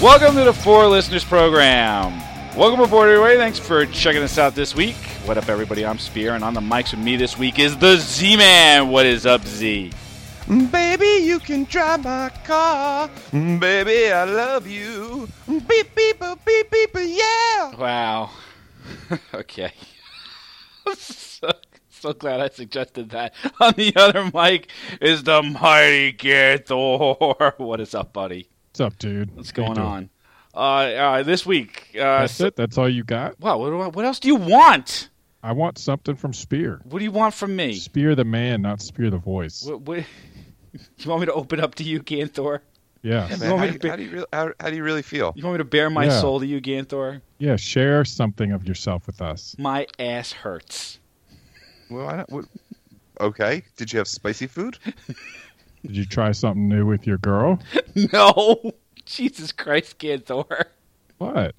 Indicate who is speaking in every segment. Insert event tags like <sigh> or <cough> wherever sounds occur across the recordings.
Speaker 1: Welcome to the Four Listeners Program. Welcome aboard, everybody. Thanks for checking us out this week. What up, everybody? I'm Spear, and on the mics with me this week is the Z Man. What is up, Z?
Speaker 2: Baby, you can drive my car. Mm, Baby, I love you. Beep, beep, boop, beep, beep, beep, yeah.
Speaker 1: Wow. <laughs> okay. <laughs> so, so glad I suggested that. <laughs> On the other mic is the mighty Gear Thor. <laughs> What is up, buddy?
Speaker 3: What's up, dude?
Speaker 1: What's
Speaker 3: How you
Speaker 1: going
Speaker 3: doing?
Speaker 1: on? Uh, uh, this week. Uh,
Speaker 3: That's it. That's all you got.
Speaker 1: Wow. What, do I- what else do you want?
Speaker 3: I want something from Spear.
Speaker 1: What do you want from me?
Speaker 3: Spear the man, not Spear the voice.
Speaker 1: What, what, <laughs> you want me to open up to you, Ganthor?
Speaker 3: Yeah,
Speaker 1: You
Speaker 2: Man,
Speaker 1: want
Speaker 2: how,
Speaker 1: me to
Speaker 2: do- how do you really, how, how do you really feel?
Speaker 1: You want me to bare my
Speaker 3: Yeah.
Speaker 1: soul to you, Ganthor?
Speaker 3: yeah. Share something of yourself with us.
Speaker 1: My ass hurts.
Speaker 2: Well, I don't, what, okay. Did you have spicy food?
Speaker 3: Did you try something new with your girl?
Speaker 1: no. Jesus Christ, Ganthor. <laughs>
Speaker 3: What?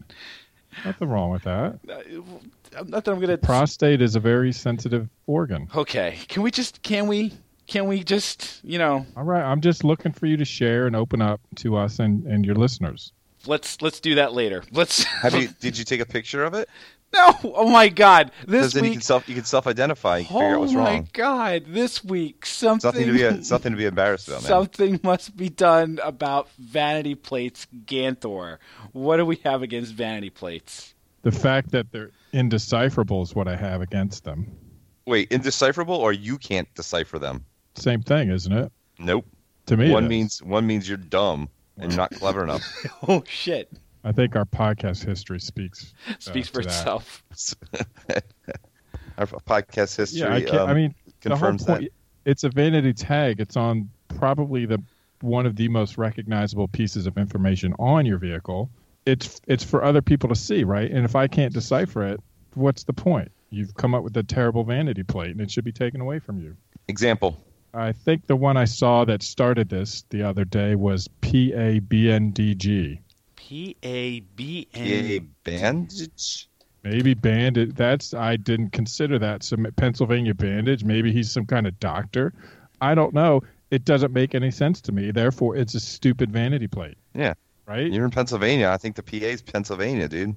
Speaker 3: Nothing wrong with that.
Speaker 1: Uh, Not that I'm gonna.
Speaker 3: Prostate is a very sensitive organ.
Speaker 1: okay. Can we just? Can we? Can we just? You know,
Speaker 3: All right, I'm just looking for you to share and open up to us and, and your listeners.
Speaker 1: let's let's do that later. Let's.
Speaker 2: <laughs>
Speaker 1: <laughs>
Speaker 2: Have you? Did you take a picture of it?
Speaker 1: no. Oh my God. This
Speaker 2: 'Cause then you
Speaker 1: week.
Speaker 2: can self you can self identify. You can figure out
Speaker 1: Oh
Speaker 2: what's
Speaker 1: my
Speaker 2: wrong.
Speaker 1: God. This week
Speaker 2: It's nothing
Speaker 1: <laughs>
Speaker 2: to be it's nothing to be embarrassed about, man.
Speaker 1: Something must be done about vanity plates, Ganthor. What do we have against vanity plates? <laughs>
Speaker 3: The fact that they're indecipherable is what I have against them.
Speaker 2: Wait, indecipherable or you can't decipher them?
Speaker 3: Same thing, isn't it?
Speaker 2: Nope.
Speaker 3: To me, it
Speaker 2: one
Speaker 3: is.
Speaker 2: means one means you're dumb and you're not clever enough.
Speaker 1: Oh shit!
Speaker 3: I think our podcast history speaks
Speaker 1: Speaks
Speaker 3: uh,
Speaker 1: for
Speaker 3: to that.
Speaker 1: itself.
Speaker 2: Our podcast history.
Speaker 3: Yeah, I, can't,
Speaker 2: um,
Speaker 3: I mean, the whole
Speaker 2: confirms that.
Speaker 3: point- It's a vanity tag. It's on probably the one of the most recognizable pieces of information on your vehicle. It's it's for other people to see, right? And if I can't decipher it, what's the point? You've come up with a terrible vanity plate, and it should be taken away from you.
Speaker 2: Example.
Speaker 3: I think the one I saw that started this the other day was P A B N D G.
Speaker 1: P A B
Speaker 2: A
Speaker 1: N.
Speaker 2: bandage.
Speaker 3: Maybe bandit. That's I didn't consider that. Some Pennsylvania bandage. Maybe he's some kind of doctor. I don't know. It doesn't make any sense to me. Therefore, it's a stupid vanity plate.
Speaker 2: Yeah.
Speaker 3: Right.
Speaker 2: You're in Pennsylvania. I think the PA's Pennsylvania, dude.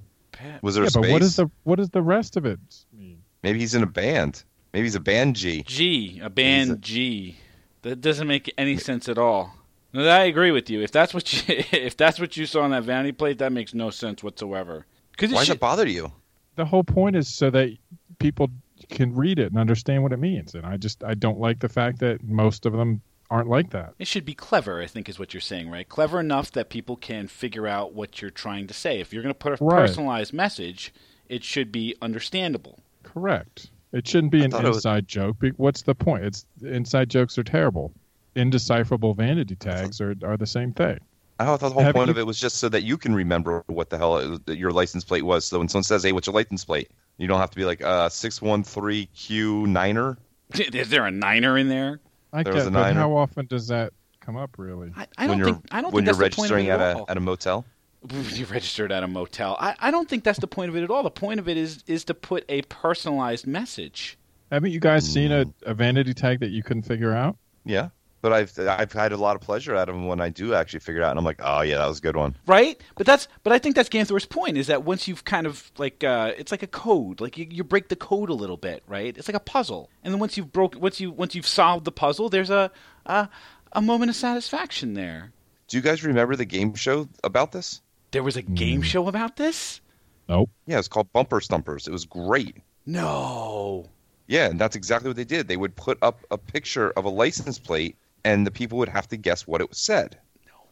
Speaker 2: Was there
Speaker 3: yeah,
Speaker 2: a space?
Speaker 3: but what is the what does the rest of it mean?
Speaker 2: Maybe he's in a band. Maybe he's a band G.
Speaker 1: G, a
Speaker 2: Is
Speaker 1: band
Speaker 2: it-
Speaker 1: G. That doesn't make any sense at all. No, I agree with you. If that's what you, <laughs> if that's what you saw on that vanity plate, that makes no sense whatsoever. Because
Speaker 2: Why does it bother you?
Speaker 3: The whole point is so that people can read it and understand what it means. And I just I don't like the fact that most of them aren't like that.
Speaker 1: It should be clever, I think, is what you're saying, right? Clever enough that people can figure out what you're trying to say. If you're going to put a
Speaker 3: Right.
Speaker 1: personalized message, it should be understandable. <laughs>
Speaker 3: Correct. It shouldn't be an
Speaker 2: thought it was-
Speaker 3: inside joke. Be- What's the point? It's inside jokes are terrible. Indecipherable vanity tags are, are the same thing.
Speaker 2: I thought the whole
Speaker 3: Have
Speaker 2: point
Speaker 3: you-
Speaker 2: of it was just so that you can remember what the hell it- that your license plate was. So when someone says, "Hey, what's your license plate?" You don't have to be like uh, six one three Q niner.
Speaker 1: Is there a niner in there?
Speaker 3: I
Speaker 2: There
Speaker 3: get,
Speaker 2: was
Speaker 3: but
Speaker 2: a niner.
Speaker 3: how often does that come up? Really,
Speaker 1: I, I don't
Speaker 2: when you're
Speaker 1: think. I don't
Speaker 2: when
Speaker 1: think
Speaker 2: you're
Speaker 1: that's the point of
Speaker 2: registering
Speaker 1: it
Speaker 2: at
Speaker 1: at
Speaker 2: a
Speaker 1: all.
Speaker 2: at a motel.
Speaker 1: <laughs> you registered at a motel. I, I don't think that's the point of it at all. The point of it is is to put a personalized message.
Speaker 3: haven't you guys seen
Speaker 2: Mm.
Speaker 3: a, a vanity tag that you couldn't figure out?
Speaker 2: Yeah, but I've I've had a lot of pleasure out of them when I do actually figure it out, and I'm like, "Oh yeah, that was a good one."
Speaker 1: Right, but that's but I think that's Ganthor's point is that once you've kind of like uh, it's like a code, like you, you break the code a little bit, right? It's like a puzzle, and then once you've broke, once you once you've solved the puzzle, there's a a, a moment of satisfaction there.
Speaker 2: Do you guys remember the game show about this?
Speaker 1: There was a game show about this?
Speaker 3: Nope.
Speaker 2: Yeah, it's called Bumper Stumpers. It was great.
Speaker 1: No,
Speaker 2: Yeah, and that's exactly what they did. They would put up a picture of a license plate, and the people would have to guess what it said.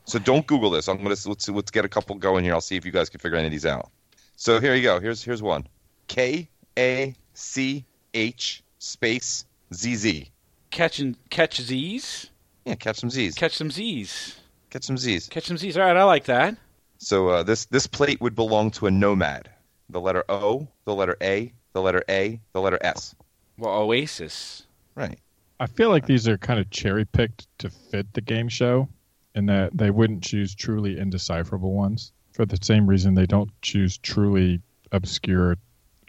Speaker 2: So don't Google this. I'm gonna let's let's get a couple going here. I'll see if you guys can figure any of these out. So here you go. Here's here's one. K A C H space Z Z.
Speaker 1: catching catch Z's,
Speaker 2: Yeah, catch some Z's.
Speaker 1: catch some Z's,
Speaker 2: Catch some Z's.
Speaker 1: catch some Z's. All right, I like that.
Speaker 2: So uh, this this plate would belong to a nomad. The letter O, the letter A, the letter A, the letter S.
Speaker 1: Well, Oasis.
Speaker 2: Right.
Speaker 3: I feel like these are kind of cherry picked to fit the game show, and that they wouldn't choose truly indecipherable ones for the same reason they don't choose truly obscure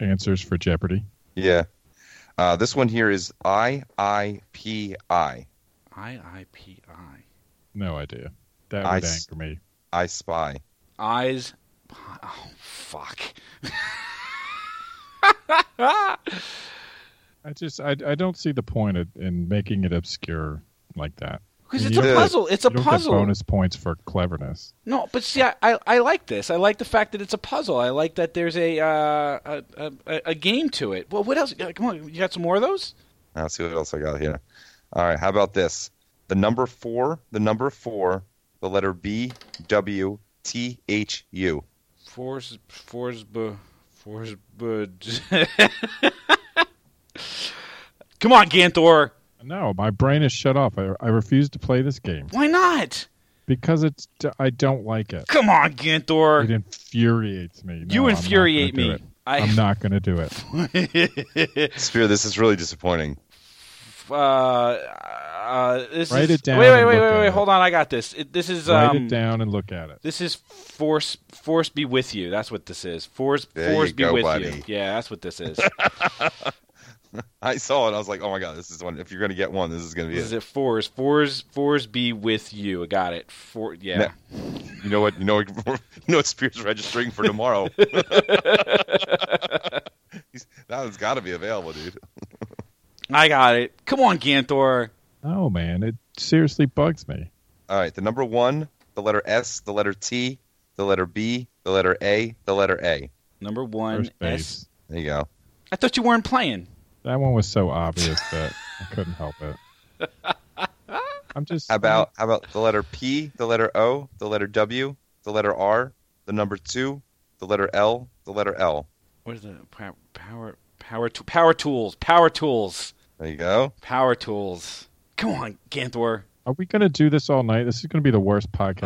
Speaker 3: answers for Jeopardy.
Speaker 2: Yeah. Uh, this one here is I I P I.
Speaker 1: I I P I.
Speaker 3: No idea. That
Speaker 2: I
Speaker 3: would
Speaker 2: s-
Speaker 3: anger me.
Speaker 2: I spy.
Speaker 1: Eyes. Oh, fuck. <laughs>
Speaker 3: I just I, I don't see the point of, in making it obscure like that.
Speaker 1: Because
Speaker 3: You
Speaker 1: it's a
Speaker 2: don't-
Speaker 1: puzzle. It's a
Speaker 3: you don't
Speaker 1: puzzle.
Speaker 3: Get bonus points for cleverness.
Speaker 1: No, but see, I, I, I like this. I like the fact that it's a puzzle. I like that there's a uh, a, a, a- a game to it. Well, what else? uh, Come on, you got some more of those?
Speaker 2: I'll see what else I got here. All right, how about this? The number four, the number four, the letter B W T H U.
Speaker 1: Force, force, force, <laughs> Come on, Ganthor.
Speaker 3: No, my brain is shut off. I, I refuse to play this game
Speaker 1: Why not?
Speaker 3: because it's I don't like it.
Speaker 1: Come on,
Speaker 3: It
Speaker 1: Ganthor.
Speaker 3: infuriates me. No,
Speaker 1: You
Speaker 3: I'm not
Speaker 1: infuriate
Speaker 3: gonna do
Speaker 1: me.
Speaker 3: it. I'm
Speaker 1: I,
Speaker 3: not going to do it.
Speaker 2: Spear, this is really disappointing.
Speaker 1: <laughs> uh, uh, this
Speaker 3: Write
Speaker 1: is,
Speaker 3: it down
Speaker 1: Wait, wait,
Speaker 3: and
Speaker 1: wait,
Speaker 3: look
Speaker 1: wait,
Speaker 3: at
Speaker 1: wait.
Speaker 3: it.
Speaker 1: Hold on, I got this. It, this is um,
Speaker 3: Write it down and look at it.
Speaker 1: This is force. Force be with you. That's what this is. Force.
Speaker 2: There
Speaker 1: force
Speaker 2: you
Speaker 1: be
Speaker 2: go,
Speaker 1: with you.
Speaker 2: buddy.
Speaker 1: Yeah, that's what this
Speaker 2: <laughs>
Speaker 1: is.
Speaker 2: I saw it. I was like, oh my god, this is one. If you're gonna get one, this is gonna be
Speaker 1: This is
Speaker 2: it.
Speaker 1: it. Fours. Fours. Fours be with you. I Got it. Four. Yeah.
Speaker 2: You know what? You know what? <laughs> You know what? Spear's registering
Speaker 1: <laughs>
Speaker 2: for tomorrow. <laughs> He's- that one's got to be available, dude.
Speaker 1: I got it. Come on, Ganthor.
Speaker 3: No, man, it seriously bugs me.
Speaker 2: All right, the number one, the letter S, the letter T, the letter B, the letter A, the letter A.
Speaker 1: Number one.
Speaker 3: First
Speaker 1: S.
Speaker 3: base.
Speaker 2: There you go.
Speaker 1: I thought you weren't playing.
Speaker 3: That one was so obvious that I couldn't help it.
Speaker 1: <laughs>
Speaker 3: I'm just
Speaker 2: How about how about the letter P, the letter O, the letter W, the letter R, the number two, the letter L, the letter L.
Speaker 1: What is the power? Power. Power. To, power tools. Power tools.
Speaker 2: There you go.
Speaker 1: Power tools. Come on, Ganthor.
Speaker 3: Are we going to do this all night? This is going to be the worst podcast.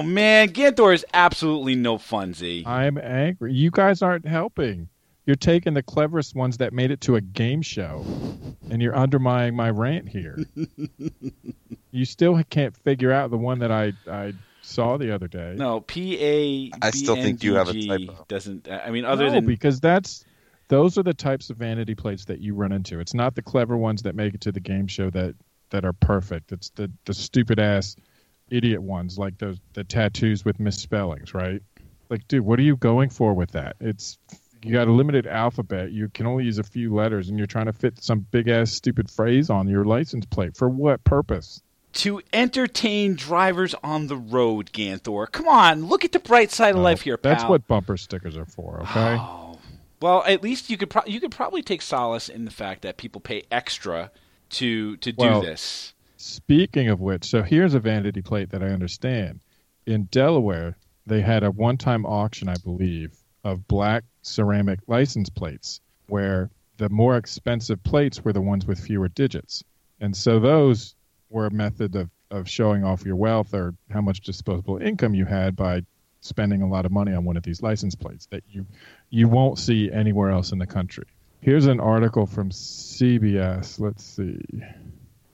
Speaker 1: Oh man, Ganthor is absolutely no funzy.
Speaker 3: I'm angry. You guys aren't helping. You're taking the cleverest ones that made it to a game show, and you're undermining my rant here. you still can't figure out the one that I I saw the other day.
Speaker 1: No, P A.
Speaker 2: I still think you have a typo.
Speaker 1: Doesn't I mean other
Speaker 3: No,
Speaker 1: than
Speaker 3: because that's those are the types of vanity plates that you run into. It's not the clever ones that make it to the game show that that are perfect. It's the the stupid ass idiot ones like those the tattoos with misspellings, right? Like, dude, what are you going for with that? It's you got a limited alphabet. You can only use a few letters, and you're trying to fit some big ass stupid phrase on your license plate for what purpose?
Speaker 1: to entertain drivers on the road, Ganthor. Come on, look at the bright side of life here, pal.
Speaker 3: Oh, That's what bumper stickers are for.
Speaker 1: <gasps>
Speaker 3: Okay.
Speaker 1: Oh. Well, at least you could pro- you could probably take solace in the fact that people pay extra to to do
Speaker 3: Well-
Speaker 1: this.
Speaker 3: Speaking of which, so here's a vanity plate that I understand. In Delaware, they had a one time auction, I believe, of black ceramic license plates where the more expensive plates were the ones with fewer digits. And so those were a method of, of showing off your wealth or how much disposable income you had by spending a lot of money on one of these license plates that you you won't see anywhere else in the country. Here's an article from CBS. Let's see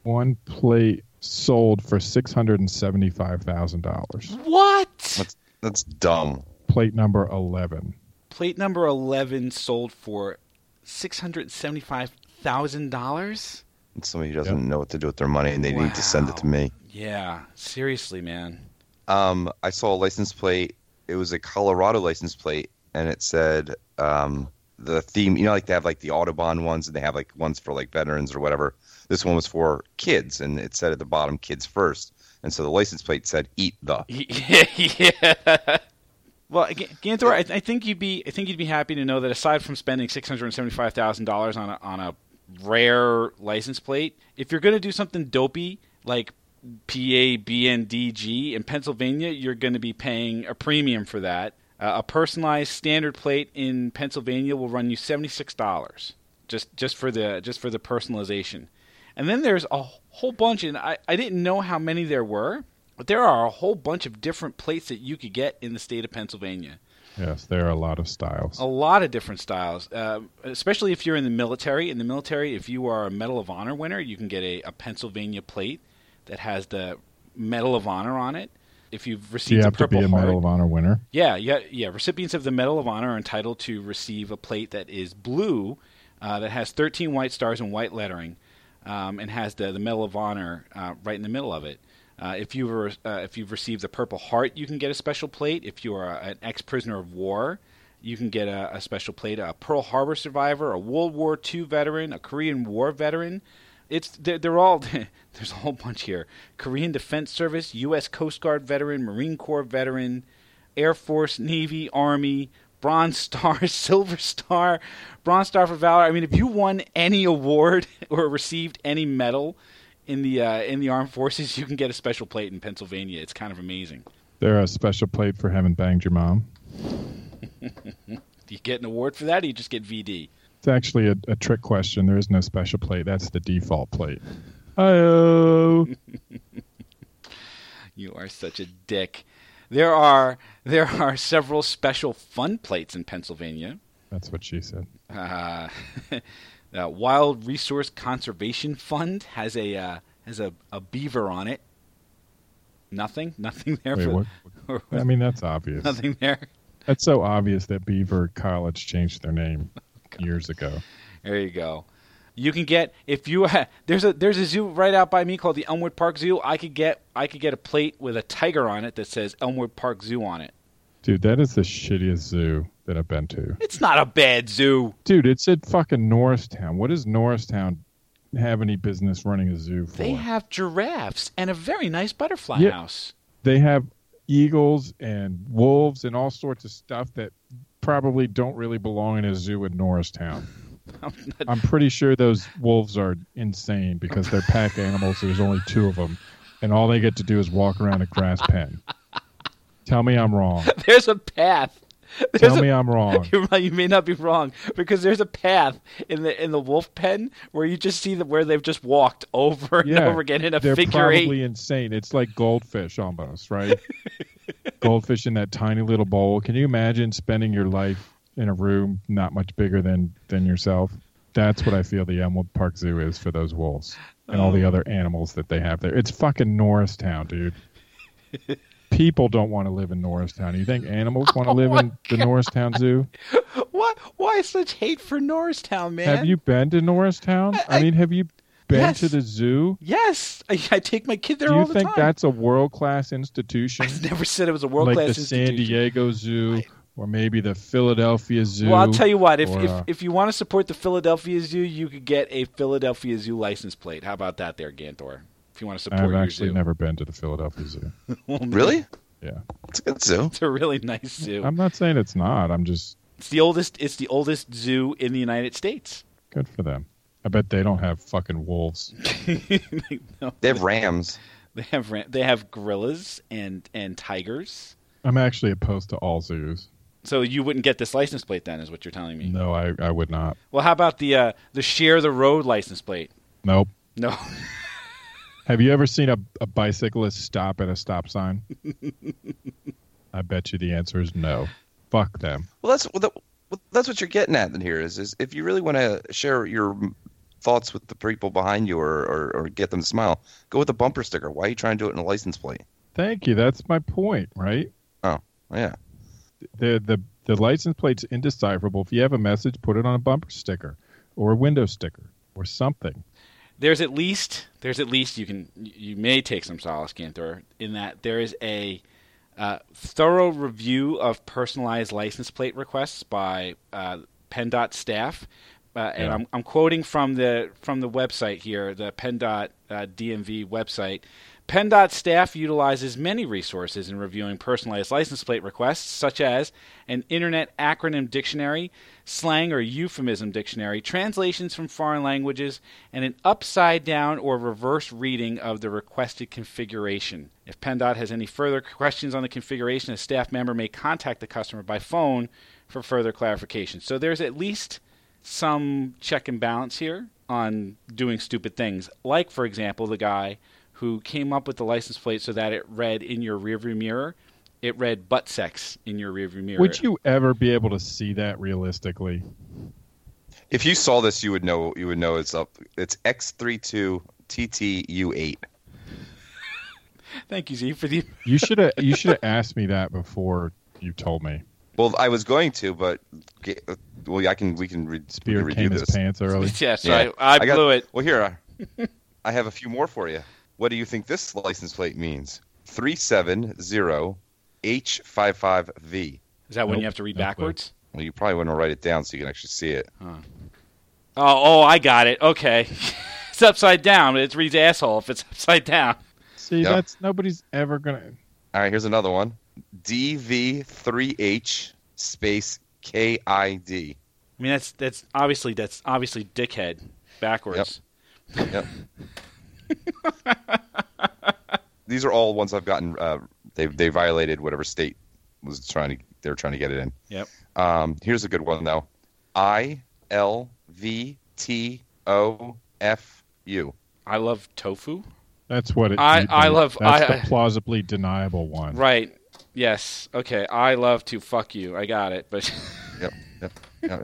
Speaker 3: one plate sold for six hundred and seventy-five thousand dollars.
Speaker 1: What?
Speaker 2: That's that's dumb.
Speaker 3: Plate number eleven.
Speaker 1: Plate number 11 sold for $675,000?
Speaker 2: Somebody who doesn't
Speaker 3: Yep.
Speaker 2: know what to do with their money, and they need to send it to
Speaker 1: Wow.
Speaker 2: me.
Speaker 1: Yeah, seriously, man.
Speaker 2: Um, I saw a license plate. It was a Colorado license plate, and it said um, the theme. You know, like they have like the Autobahn ones, and they have like ones for like veterans or whatever. This one was for kids, and it said at the bottom "kids first. And so the license plate said "eat the."
Speaker 1: yeah. Well, G- Ganthor, I, I think you'd be I think you'd be happy to know that aside from spending six hundred seventy five thousand dollars on a on a rare license plate, if you're going to do something dopey like P A B N D G in Pennsylvania, you're going to be paying a premium for that. Uh, a personalized standard plate in Pennsylvania will run you seventy six dollars just just for the just for the personalization. And then there's a whole bunch, and I, I didn't know how many there were, but there are a whole bunch of different plates that you could get in the state of Pennsylvania.
Speaker 3: Yes, there are a lot of styles.
Speaker 1: A lot of different styles, uh, especially if you're in the military. In the military, if you are a Medal of Honor winner, you can get a, a Pennsylvania plate that has the Medal of Honor on it. If you've
Speaker 3: Do you
Speaker 1: received a
Speaker 3: have to
Speaker 1: Purple
Speaker 3: be a
Speaker 1: Heart,
Speaker 3: Medal of Honor winner?
Speaker 1: yeah, yeah, yeah. Recipients of the Medal of Honor are entitled to receive a plate that is blue, uh, that has 13 white stars and white lettering, um, and has the, the Medal of Honor uh, right in the middle of it. Uh, if you were, uh, if you've received the Purple Heart, you can get a special plate. If you are an ex-prisoner of war, you can get a, a special plate. A Pearl Harbor survivor, a World War II veteran, a Korean War veteran. It's they're, they're all <laughs> there's a whole bunch here. Korean Defense Service, U.S. Coast Guard veteran, Marine Corps veteran, Air Force, Navy, Army, Bronze Star, <laughs> Silver Star, Bronze Star for Valor. I mean, if you won any award <laughs> or received any medal in the uh, in the armed forces, you can get a special plate in Pennsylvania. It's kind of amazing.
Speaker 3: They're a special plate for having banged your mom.
Speaker 1: Do you get an award for that, or you just get VD?
Speaker 3: It's actually a, a trick question. There is no special plate. That's the default plate. Oh,
Speaker 1: You are such a dick. There are there are several special fun plates in Pennsylvania.
Speaker 3: <laughs> that's what she said.
Speaker 1: Uh, <laughs> the Wild Resource Conservation Fund has a uh, has a, a beaver on it. Nothing, <laughs> nothing there.
Speaker 3: Wait,
Speaker 1: for,
Speaker 3: what? I mean, that's obvious.
Speaker 1: nothing there.
Speaker 3: That's so obvious that Beaver College changed
Speaker 1: <laughs>
Speaker 3: their name years ago.
Speaker 1: There you go. You can get if you <laughs> ha- there's a there's a zoo right out by me called the Elmwood Park Zoo. I could get I could get a plate with a tiger on it that says Elmwood Park Zoo on it.
Speaker 3: Dude, that is the shittiest zoo that I've been to.
Speaker 1: It's not a bad zoo.
Speaker 3: Dude, it's at fucking Norristown. What does Norristown have any business running a zoo for?
Speaker 1: They have giraffes and a very nice butterfly
Speaker 3: Yeah.
Speaker 1: house. <laughs>
Speaker 3: they have eagles and wolves and all sorts of stuff that probably don't really belong in a zoo
Speaker 1: <laughs>
Speaker 3: in Norristown. I'm pretty sure those wolves are insane because they're pack animals. There's only two of them, and all they get to do is walk around a grass pen. Tell me I'm wrong.
Speaker 1: There's a path. <laughs> There's
Speaker 3: Tell
Speaker 1: a
Speaker 3: me I'm wrong.
Speaker 1: <laughs> You're right, you may not be wrong because there's a path in the in the wolf pen where you just see the, where they've just walked <laughs> over and
Speaker 3: Yeah,
Speaker 1: over again in a
Speaker 3: They're
Speaker 1: figure
Speaker 3: probably
Speaker 1: eight.
Speaker 3: insane. It's like goldfish almost, right? <laughs> goldfish in that tiny little bowl. Can you imagine spending your life in a room not much bigger than than yourself? That's what I feel the Elmwood Park Zoo is for those wolves and all the
Speaker 1: Oh.
Speaker 3: other animals that they have there. It's fucking Norristown, dude. People don't want to live in Norristown. You think animals
Speaker 1: <laughs>
Speaker 3: want to
Speaker 1: Oh
Speaker 3: live in the Norristown Zoo?
Speaker 1: What? Why such hate for Norristown, man?
Speaker 3: Have you been to Norristown? I,
Speaker 1: I-
Speaker 3: mean, have you been
Speaker 1: Yes.
Speaker 3: to the zoo?
Speaker 1: Yes, I, I take my kid there
Speaker 3: Do
Speaker 1: all
Speaker 3: you
Speaker 1: the
Speaker 3: think
Speaker 1: time.
Speaker 3: that's a world
Speaker 1: <laughs>
Speaker 3: class institution?
Speaker 1: I never said it was a world class
Speaker 3: like the San
Speaker 1: institution.
Speaker 3: Diego Zoo or maybe the Philadelphia Zoo.
Speaker 1: Well, I'll tell you what. If
Speaker 3: or,
Speaker 1: if,
Speaker 3: uh,
Speaker 1: if you want to support the Philadelphia Zoo, you could get a Philadelphia Zoo license plate. How about that, there, Gantor? If you want to support
Speaker 3: I've
Speaker 1: your
Speaker 3: actually
Speaker 1: zoo, <laughs>
Speaker 3: never been to the Philadelphia Zoo.
Speaker 2: Really?
Speaker 3: Yeah,
Speaker 2: It's a good zoo.
Speaker 1: it's a really nice zoo.
Speaker 3: I'm not saying it's not. I'm just
Speaker 1: It's the oldest. It's the oldest zoo in the United States.
Speaker 3: good for them. I bet they don't have fucking
Speaker 1: <laughs>
Speaker 3: wolves.
Speaker 1: no,
Speaker 2: They have rams.
Speaker 1: they have ran- they have gorillas and and tigers.
Speaker 3: I'm actually opposed to all zoos.
Speaker 1: So you wouldn't get this license plate then, is what you're telling me.
Speaker 3: No, I, I would not.
Speaker 1: Well, how about the uh, the share the road license plate?
Speaker 3: Nope.
Speaker 1: No,
Speaker 3: <laughs>
Speaker 1: <laughs>
Speaker 3: Have you ever seen a, a bicyclist stop at a stop
Speaker 1: <laughs>
Speaker 3: sign? I bet you the answer is no. Fuck them.
Speaker 2: Well, that's well, that, well, that's what you're getting at in here is is if you really want to share your thoughts with the people behind you or, or, or get them to smile, go with a bumper sticker. Why are you trying to do it in a license plate?
Speaker 3: Thank you. That's my point, right?
Speaker 2: Oh, Yeah,
Speaker 3: the the the license plate's indecipherable. If you have a message, put it on a bumper sticker or a window sticker or something.
Speaker 1: there's at least there's at least you can you may take some solace, Ganthor, in that there is a uh, thorough review of personalized license plate requests by uh, PennDOT staff, uh, and
Speaker 3: Yeah.
Speaker 1: I'm, I'm quoting from the from the website here, the PennDOT uh, DMV website. PennDOT staff utilizes many resources in reviewing personalized license plate requests, such as an internet acronym dictionary, slang or euphemism dictionary, translations from foreign languages, and an upside down or reverse reading of the requested configuration. If PennDOT has any further questions on the configuration, a staff member may contact the customer by phone for further clarification. So there's at least some check and balance here on doing stupid things. Like, for example, the guy who came up with the license plate so that it read in your rearview mirror, it read butt sex in your rearview mirror.
Speaker 3: Would you ever be able to see that realistically?
Speaker 2: if you saw this, you would know you would know it's up. It's X 32 TTU eight.
Speaker 1: Thank you, Z, for the.
Speaker 3: You should have <laughs> you should have asked me that before you told me.
Speaker 2: Well, I was going to, but ge- well, I can we can, re- we can
Speaker 3: Beard
Speaker 1: <laughs>
Speaker 2: review <laughs>
Speaker 3: came his
Speaker 2: this.
Speaker 3: pants early.
Speaker 1: Yes,
Speaker 2: Yeah.
Speaker 1: I, I,
Speaker 2: got-
Speaker 1: blew it.
Speaker 2: Well, here I, I have a few more for you. What do you think this license plate means? 370H55V.
Speaker 1: Is that when
Speaker 3: Nope,
Speaker 1: you have to read
Speaker 3: no clue.
Speaker 1: backwards?
Speaker 2: Well, you probably want to write it down so you can actually see it.
Speaker 1: Oh, oh, I got it. Okay. <laughs> it's upside down. It reads asshole if it's <laughs> upside down.
Speaker 3: See,
Speaker 2: Yep.
Speaker 3: that's nobody's ever gonna.
Speaker 2: All right, here's another one. DV3H space KID.
Speaker 1: I mean, that's that's obviously that's obviously dickhead backwards.
Speaker 2: Yep. These are all ones I've gotten. Uh, they they violated whatever state was trying to. They were trying to get it in.
Speaker 1: Yep.
Speaker 2: Um, here's a good one though. I L V T O F U.
Speaker 1: I love tofu.
Speaker 3: That's what it.
Speaker 1: I- I love-
Speaker 3: That's
Speaker 1: I-
Speaker 3: the plausibly deniable one.
Speaker 1: Right. Yes. Okay. I love to fuck you. I got it, but <laughs>
Speaker 2: Yep. Yep. yep.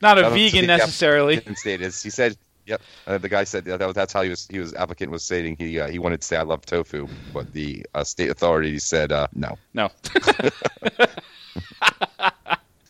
Speaker 1: not a
Speaker 2: That'll
Speaker 1: vegan
Speaker 2: take up-
Speaker 1: necessarily.
Speaker 2: applicant state is. He said, "Yep." Uh, the guy said that, that- that's how he was. He was applicant was stating he uh, he wanted to say, "I love tofu," but the uh, state authority said uh, no.
Speaker 1: No.
Speaker 2: <laughs>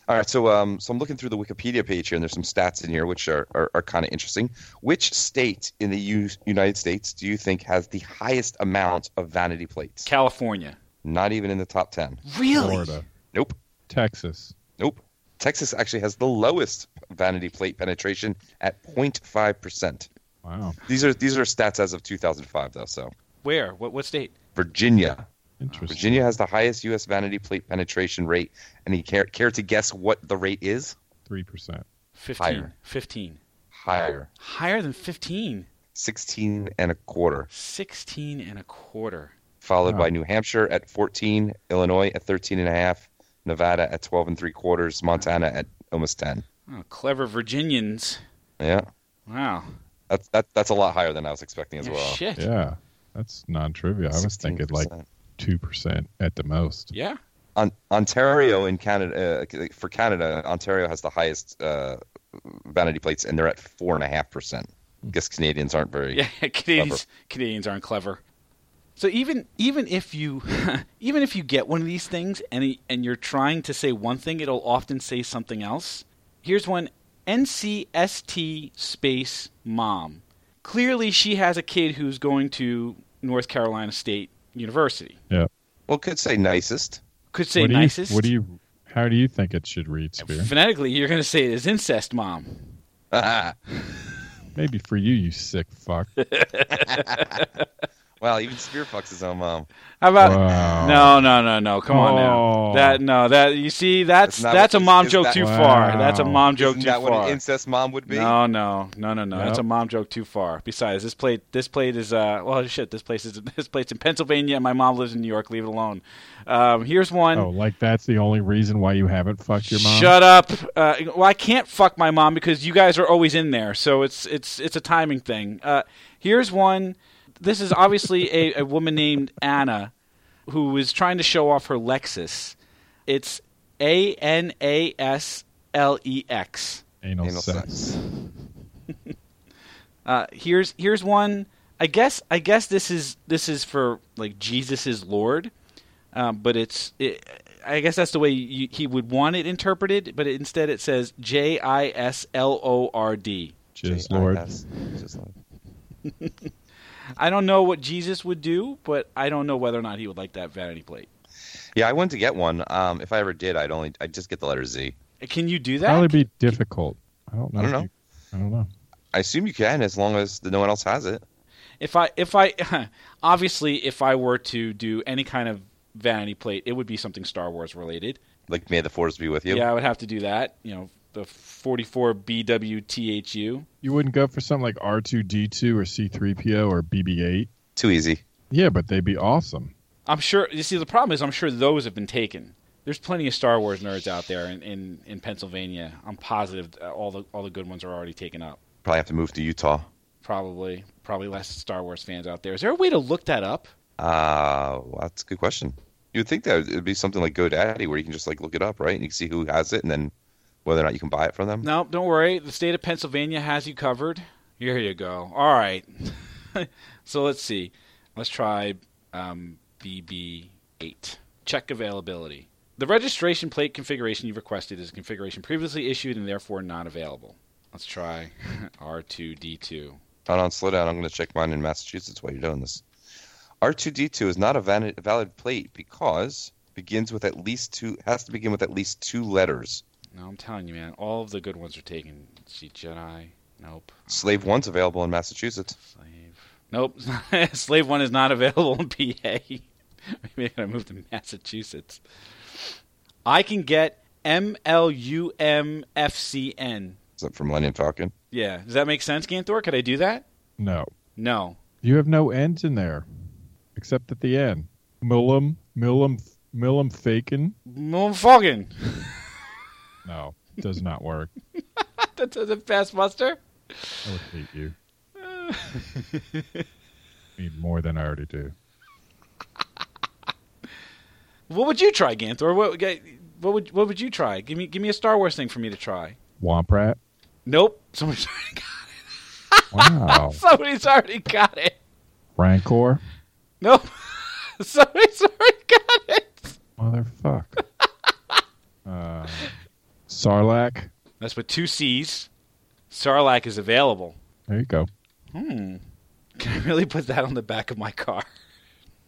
Speaker 2: All right, so um, so I'm looking through the Wikipedia page here, and there's some stats in here which are are, are kind of interesting. Which state in the U- United States do you think has the highest amount of vanity plates?
Speaker 1: California.
Speaker 2: Not even in the top ten.
Speaker 1: Really?
Speaker 3: Florida,
Speaker 2: Nope.
Speaker 3: Texas.
Speaker 2: Nope. Texas actually has the lowest vanity plate penetration at 0.5 percent.
Speaker 3: Wow,
Speaker 2: These are these are stats as of 2005 though. So
Speaker 1: Where? What? What state?
Speaker 2: Virginia
Speaker 3: interesting.
Speaker 2: Virginia has the highest U.S. vanity plate penetration rate, and you care, care to guess what the rate is?
Speaker 3: Three percent.
Speaker 1: Fifteen.
Speaker 2: Higher.
Speaker 1: Fifteen.
Speaker 2: Higher,
Speaker 1: Higher than fifteen.
Speaker 2: sixteen and a quarter,
Speaker 1: Sixteen and a quarter.
Speaker 2: followed
Speaker 3: Wow.
Speaker 2: by New Hampshire at fourteen, Illinois at thirteen and a half, Nevada at twelve and three quarters, Montana at almost ten.
Speaker 1: Oh, clever Virginians.
Speaker 2: Yeah,
Speaker 1: Wow.
Speaker 2: that's that, that's a lot higher than I was expecting as
Speaker 1: Yeah,
Speaker 2: well.
Speaker 1: <laughs> Shit.
Speaker 3: Yeah, that's non-trivia. I was thinking like
Speaker 2: 16%.
Speaker 3: two percent at the most.
Speaker 1: Yeah.
Speaker 2: On, Ontario in Canada uh, for Canada, Ontario has the highest uh, vanity plates, and they're at four and a half percent. Guess Canadians aren't very
Speaker 1: Yeah, <laughs> Canadians Canadians aren't clever. So even even if you <laughs> even if you get one of these things and y- and you're trying to say one thing, it'll often say something else. Here's one: NCST space mom. Clearly, she has a kid who's going to North Carolina State University.
Speaker 3: Yeah.
Speaker 2: well. Could say nicest. <laughs>
Speaker 1: Could say
Speaker 3: what do
Speaker 1: nicest.
Speaker 3: You, what do you? How do you think it should read, Spear?
Speaker 1: Phonetically, you're going to say it is incest mom.
Speaker 3: Maybe for you, you sick fuck.
Speaker 1: <laughs>
Speaker 2: Wow, even Spear fucks his own mom.
Speaker 1: How about?
Speaker 3: Wow.
Speaker 1: No, no, no, no. Come on now.
Speaker 3: Oh.
Speaker 1: That no, that you see, that's
Speaker 2: That's not
Speaker 1: that's, a
Speaker 2: what-
Speaker 1: mom
Speaker 2: is
Speaker 1: joke
Speaker 2: that-
Speaker 1: too far.
Speaker 3: Wow.
Speaker 1: That's a mom joke
Speaker 2: Isn't
Speaker 1: too
Speaker 2: that what
Speaker 1: far.
Speaker 2: an incest mom would be?
Speaker 1: no, no, no, no, no. That's a
Speaker 3: Nope.
Speaker 1: mom joke too far. Besides, this plate, this plate is uh, well, shit. This place is <laughs> this plate's in Pennsylvania, and my mom lives in New York. Leave it alone. Um, here's one.
Speaker 3: Oh, like that's the only reason why you haven't fucked your mom.
Speaker 1: Shut up. Uh, well, I can't fuck my mom because you guys are always in there, so it's it's it's a timing thing. Uh, here's one. This is obviously a, a woman named Anna who is trying to show off her Lexus. It's A N A S L E X.
Speaker 3: Anal,
Speaker 2: Anal
Speaker 3: sex.
Speaker 2: sex.
Speaker 1: Uh, here's here's one. I guess I guess this is this is for like Jesus is Lord, um, but it's it, I guess that's the way you, he would want it interpreted. But instead, it says J I S L O R D.
Speaker 3: Jizz Lord.
Speaker 2: J-I-S. Just Lord.
Speaker 1: I don't know what Jesus would do, but I don't know whether or not he would like that vanity plate.
Speaker 2: Yeah, I wanted to get one. Um, if I ever did, I'd only I'd just get the letter Z.
Speaker 1: Can you do that?
Speaker 3: Probably be difficult. I don't know.
Speaker 2: I don't
Speaker 3: if
Speaker 2: know.
Speaker 3: you- I don't know.
Speaker 2: I assume you can, as long as no one else has it.
Speaker 1: If I if I <laughs> obviously if I were to do any kind of vanity plate, it would be something Star Wars related.
Speaker 2: Like, may the force be with you.
Speaker 1: Yeah, I would have to do that. You know, the 44 BWTHU.
Speaker 3: You wouldn't go for something like R two D two or C three PO or BB eight.
Speaker 2: Too easy.
Speaker 3: Yeah, but they'd be awesome.
Speaker 1: I'm sure. You see, the problem is, I'm sure those have been taken. There's plenty of Star Wars nerds out there in, in, in Pennsylvania. I'm positive uh, all the all the good ones are already taken up.
Speaker 2: Probably have to move to Utah.
Speaker 1: Probably, probably less Star Wars fans out there. Is there a way to look that up?
Speaker 2: Uh, well, that's a good question. You would think that it would be something like GoDaddy, where you can just like look it up, right? And you can see who has it, and then whether or not you can buy it from them.
Speaker 1: No, don't worry. The state of Pennsylvania has you covered. Here you go. All right. <laughs> so let's see. Let's try um, BB8. Check availability. The registration plate configuration you've requested is a configuration previously issued and therefore not available. Let's try <laughs> R2D2.
Speaker 2: Hold on, slow down. I'm going to check mine in Massachusetts while you're doing this. R2D2 is not a van- valid plate because begins with at least two has to begin with at least two letters.
Speaker 1: No, I'm telling you, man, all of the good ones are taken. Let's See, Jedi. Nope.
Speaker 2: Slave one's available in Massachusetts.
Speaker 1: Slave. Nope. <laughs> Slave one is not available in PA. <laughs> Maybe I gotta move to Massachusetts. I can get M L U M F C N.
Speaker 2: Is that from Millennium Falcon?
Speaker 1: Yeah. Does that make sense, Ganthor? Could I do that?
Speaker 3: No.
Speaker 1: No.
Speaker 3: You have no ends in there, except at the end. Millum, Millum, Millum Faken.
Speaker 1: <laughs> Motherfucking.
Speaker 3: No, does not work.
Speaker 1: that doesn't pass muster.
Speaker 3: I would hate
Speaker 1: <laughs>
Speaker 3: you. I mean, more than I already do.
Speaker 1: What would you try, Ganthor? What, what would what would you try? Give me give me a Star Wars thing for me to try.
Speaker 3: Womp rat.
Speaker 1: Nope. Somebody's <laughs> already got, <laughs>
Speaker 3: Wow.
Speaker 1: somebody's already got it.
Speaker 3: Rancor.
Speaker 1: Nope. <laughs> somebody's already got it.
Speaker 3: Motherfuck. Uh, Sarlacc.
Speaker 1: That's with two C's. Sarlacc is available.
Speaker 3: There you go.
Speaker 1: Hmm. <laughs> Can I really put that on the back of my car?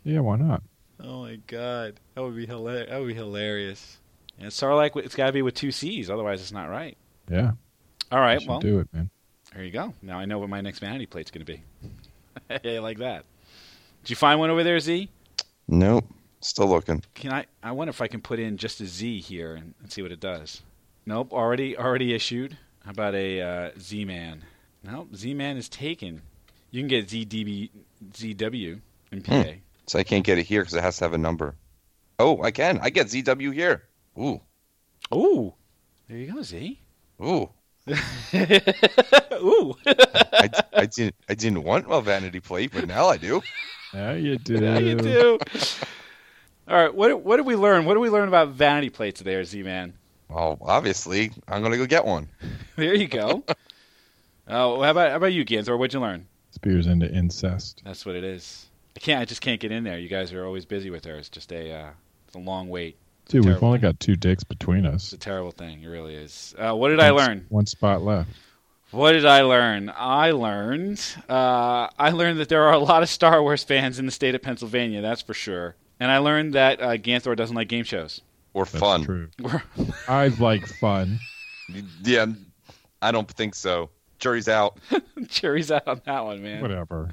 Speaker 3: Yeah, why not?
Speaker 1: Oh my god, that would be hilarious. That would be hilarious. And Sarlacc, it's got to be with two C's, otherwise it's not right.
Speaker 3: Yeah.
Speaker 1: All
Speaker 3: I
Speaker 1: right,
Speaker 3: should
Speaker 1: well,
Speaker 3: do it, man.
Speaker 1: there you go. Now I know what my next vanity plate's going to be. <laughs> I like that. Did you find one over there, Z?
Speaker 2: Nope. Still looking.
Speaker 1: Can I? I wonder if I can put in just a Z here and, and see what it does. Nope, already already issued. How about a uh, Z Man? Nope, Z Man is taken. You can get ZDB, ZW in PA.
Speaker 2: So I can't get it here because it has to have a number. Oh, I can. I get ZW here. Ooh.
Speaker 1: Ooh, there you go, Z.
Speaker 2: Ooh.
Speaker 1: Ooh. <laughs>
Speaker 2: I, I didn't I didn't want my vanity plate, but now I do.
Speaker 3: Yeah, you do.
Speaker 1: Yeah, you do. All right, what what did we learn? What did we learn about vanity plates there, Z Man?
Speaker 2: Well, obviously, I'm gonna go get one.
Speaker 1: <laughs> There you go. Oh, how about how about you, Ganthor? What'd you learn?
Speaker 3: Spears into incest.
Speaker 1: That's what it is. I can't. I just can't get in there. You guys are always busy with her. It's just a uh, it's a long wait.
Speaker 3: Dude, we've
Speaker 1: Terrible.
Speaker 3: only got two dicks between
Speaker 1: It's
Speaker 3: us.
Speaker 1: a terrible thing. It really is. Uh, what did I
Speaker 3: One s-
Speaker 1: learn?
Speaker 3: One spot left.
Speaker 1: What did I learn? I learned. Uh, I learned that there are a lot of Star Wars fans in the state of Pennsylvania. That's for sure. And I learned that uh, Ganthor doesn't like game shows. <laughs>
Speaker 2: Or
Speaker 3: That's
Speaker 2: fun. <laughs>
Speaker 3: True. I like fun.
Speaker 2: Yeah, I don't think so. Jury's out.
Speaker 1: Cherries out on that one, man.
Speaker 3: Whatever.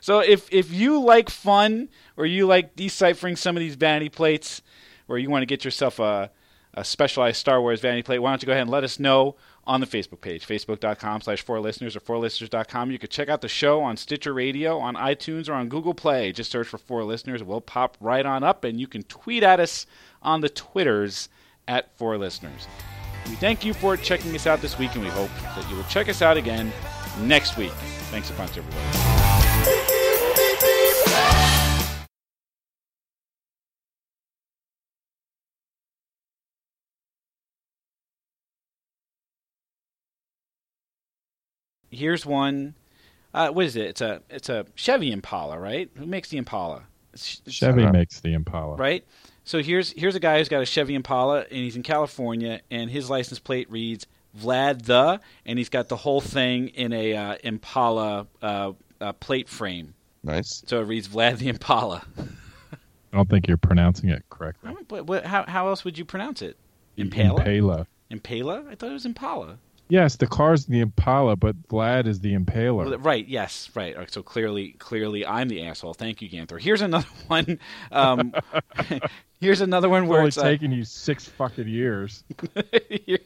Speaker 1: So if if you like fun or you like deciphering some of these vanity plates, or you want to get yourself a, a specialized Star Wars vanity plate, why don't you go ahead and let us know on the Facebook page, facebook.com slash four listeners or fourlisteners.com. You could check out the show on Stitcher Radio, on iTunes, or on Google Play. Just search for Four Listeners. We'll pop right on up, and you can tweet at us on the Twitters at Four Listeners. We thank you for checking us out this week, and we hope that you will check us out again next week. Thanks a bunch, everybody. here's one. Uh, what is it? It's a it's a Chevy Impala, right? Who makes the Impala? It's- it's-
Speaker 3: Chevy
Speaker 2: up.
Speaker 3: makes the Impala.
Speaker 1: right? So here's here's a guy who's got a Chevy Impala and he's in California and his license plate reads Vlad the and he's got the whole thing in a uh, Impala uh, uh, plate frame.
Speaker 2: Nice.
Speaker 1: So it reads Vlad the Impala.
Speaker 3: I don't think you're pronouncing it correctly.
Speaker 1: What, what, how how else would you pronounce it?
Speaker 3: The
Speaker 1: Impala?
Speaker 3: Impala.
Speaker 1: Impala? I thought it was Impala.
Speaker 3: Yes, the car's the Impala, but Vlad is the Impaler.
Speaker 1: Well, Right. Yes. Right. All right, So clearly, clearly, I'm the asshole. Thank you, Ganthor. Here's another <laughs> one. Um, <laughs> here's another one
Speaker 3: it's
Speaker 1: where
Speaker 3: only
Speaker 1: it's uh,
Speaker 3: taken you six fucking years.
Speaker 1: <laughs> here-